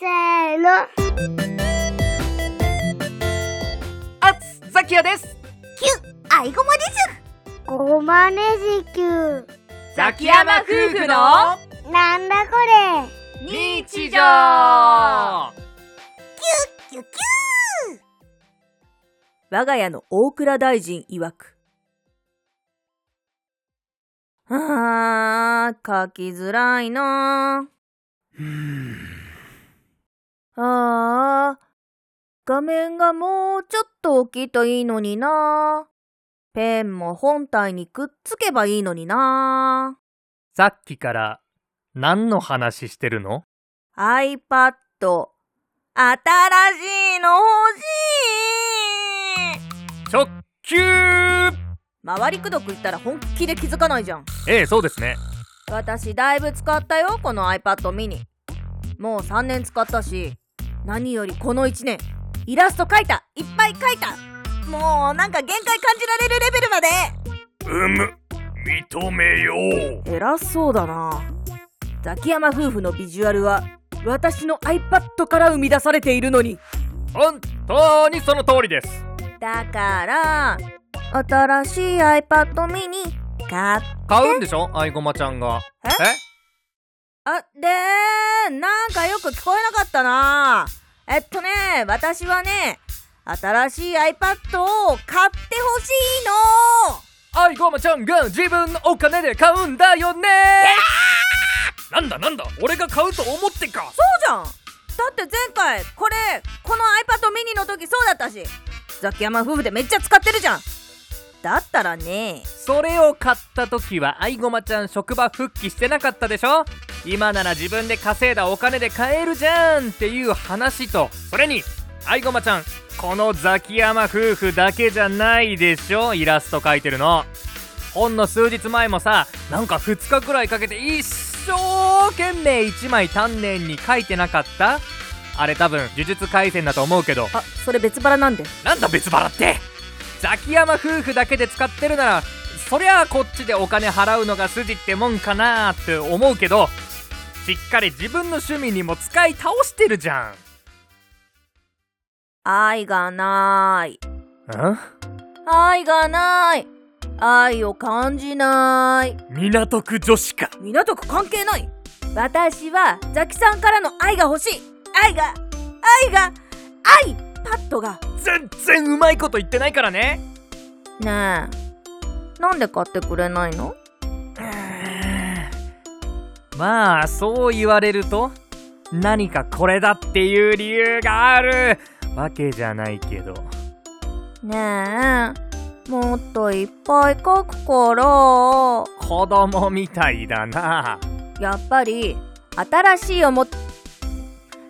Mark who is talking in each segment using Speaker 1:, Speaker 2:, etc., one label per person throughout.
Speaker 1: の
Speaker 2: あつザキヤです
Speaker 3: キュアイゴマです
Speaker 1: ごまねじきゅう
Speaker 2: ザ
Speaker 4: キヤマ夫婦の
Speaker 1: なんだこ
Speaker 2: 日常
Speaker 3: キュキュ
Speaker 4: 我が家の大蔵大臣曰く。あー、書きづらいなああー、画面がもうちょっと大きいといいのになペンも本体にくっつけばいいのにな
Speaker 5: さっきから何の話してるの
Speaker 4: iPad、新しいの欲しい
Speaker 5: 直球
Speaker 4: 回りくどく言ったら本気で気づかないじゃん
Speaker 5: ええ、そうですね。
Speaker 4: 私だいぶ使ったよこの iPad mini もう3年使ったし何よりこの1年イラスト描いたいっぱい描いたもうなんか限界感じられるレベルまで
Speaker 5: うむ、認めよう。
Speaker 4: 偉そうだなザキヤマ夫婦のビジュアルは私の iPad から生み出されているのに
Speaker 5: 本当にその通りです。
Speaker 4: だから新しい iPad mini 買っ
Speaker 5: 買うんでしょアイゴマちゃんが。
Speaker 4: えあ、でー、なんかよく聞こえなかったな。えっとね、私はね、新しい iPad を買ってほしいの。
Speaker 5: アイゴマちゃんが自分のお金で買うんだよねなんだなんだ俺が買うと思ってか
Speaker 4: そうじゃん。だって前回、これ、この iPad mini の時そうだったし。ザキヤマ夫婦でめっちゃ使ってるじゃん。だったらね、
Speaker 5: それを買った時はアイゴマちゃん職場復帰してなかったでしょ今なら自分で稼いだお金で買えるじゃんっていう話とそれにアイゴマちゃんこのザキヤマ夫婦だけじゃないでしょイラスト描いてるのほんの数日前もさなんか2日くらいかけて一生懸命1枚丹念に描いてなかったあれ多分呪術廻戦だと思うけど
Speaker 4: あ、それ別腹なんで。
Speaker 5: なんだ別腹ってザキヤマ夫婦だけで使ってるならそりゃあこっちでお金払うのが筋ってもんかなーって思うけどしっかり自分の趣味にも使い倒してるじゃ
Speaker 4: 愛がない。
Speaker 5: んん
Speaker 4: 愛がない。愛を感じない。
Speaker 5: 港区女子か
Speaker 4: 港区関係ない私はザキさんからの愛が欲しい愛が愛が愛パッドが
Speaker 5: 全然うまいこと言ってないからね
Speaker 4: ねえなんで買ってくれないの
Speaker 5: まあそう言われると何かこれだっていう理由があるわけじゃないけど
Speaker 4: ねえもっといっぱい書くか
Speaker 5: 子供みたいだな
Speaker 4: らやっぱり新しいおも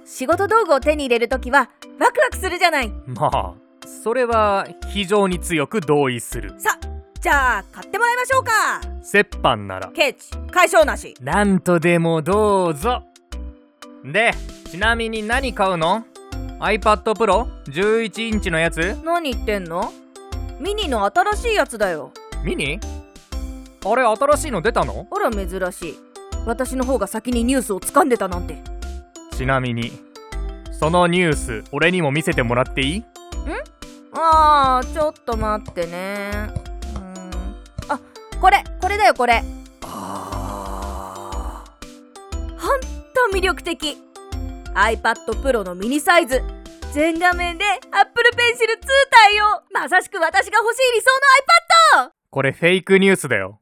Speaker 4: 仕事道具を手に入れるときはワクワクするじゃない
Speaker 5: まあそれは非常に強く同意する
Speaker 4: さじゃあ買ってもらいましょうか
Speaker 5: 折半なら
Speaker 4: ケチ解消なし
Speaker 5: なんとでもどうぞでちなみに何買うの ?iPad Pro11 インチのやつ
Speaker 4: 何言ってんのミニの新しいやつだよ
Speaker 5: ミニあれ新しいの出たの
Speaker 4: あら珍しい私の方が先にニュースを掴んでたなんて
Speaker 5: ちなみにそのニュース俺にも見せてもらっていい
Speaker 4: あーちょっと待ってねうーんあこれこれだよこれ
Speaker 5: あ
Speaker 4: ほんと魅力的 iPad Pro のミニサイズ全画面で Apple Pencil 2対応まさしく私が欲しい理想の iPad
Speaker 5: これフェイクニュースだよ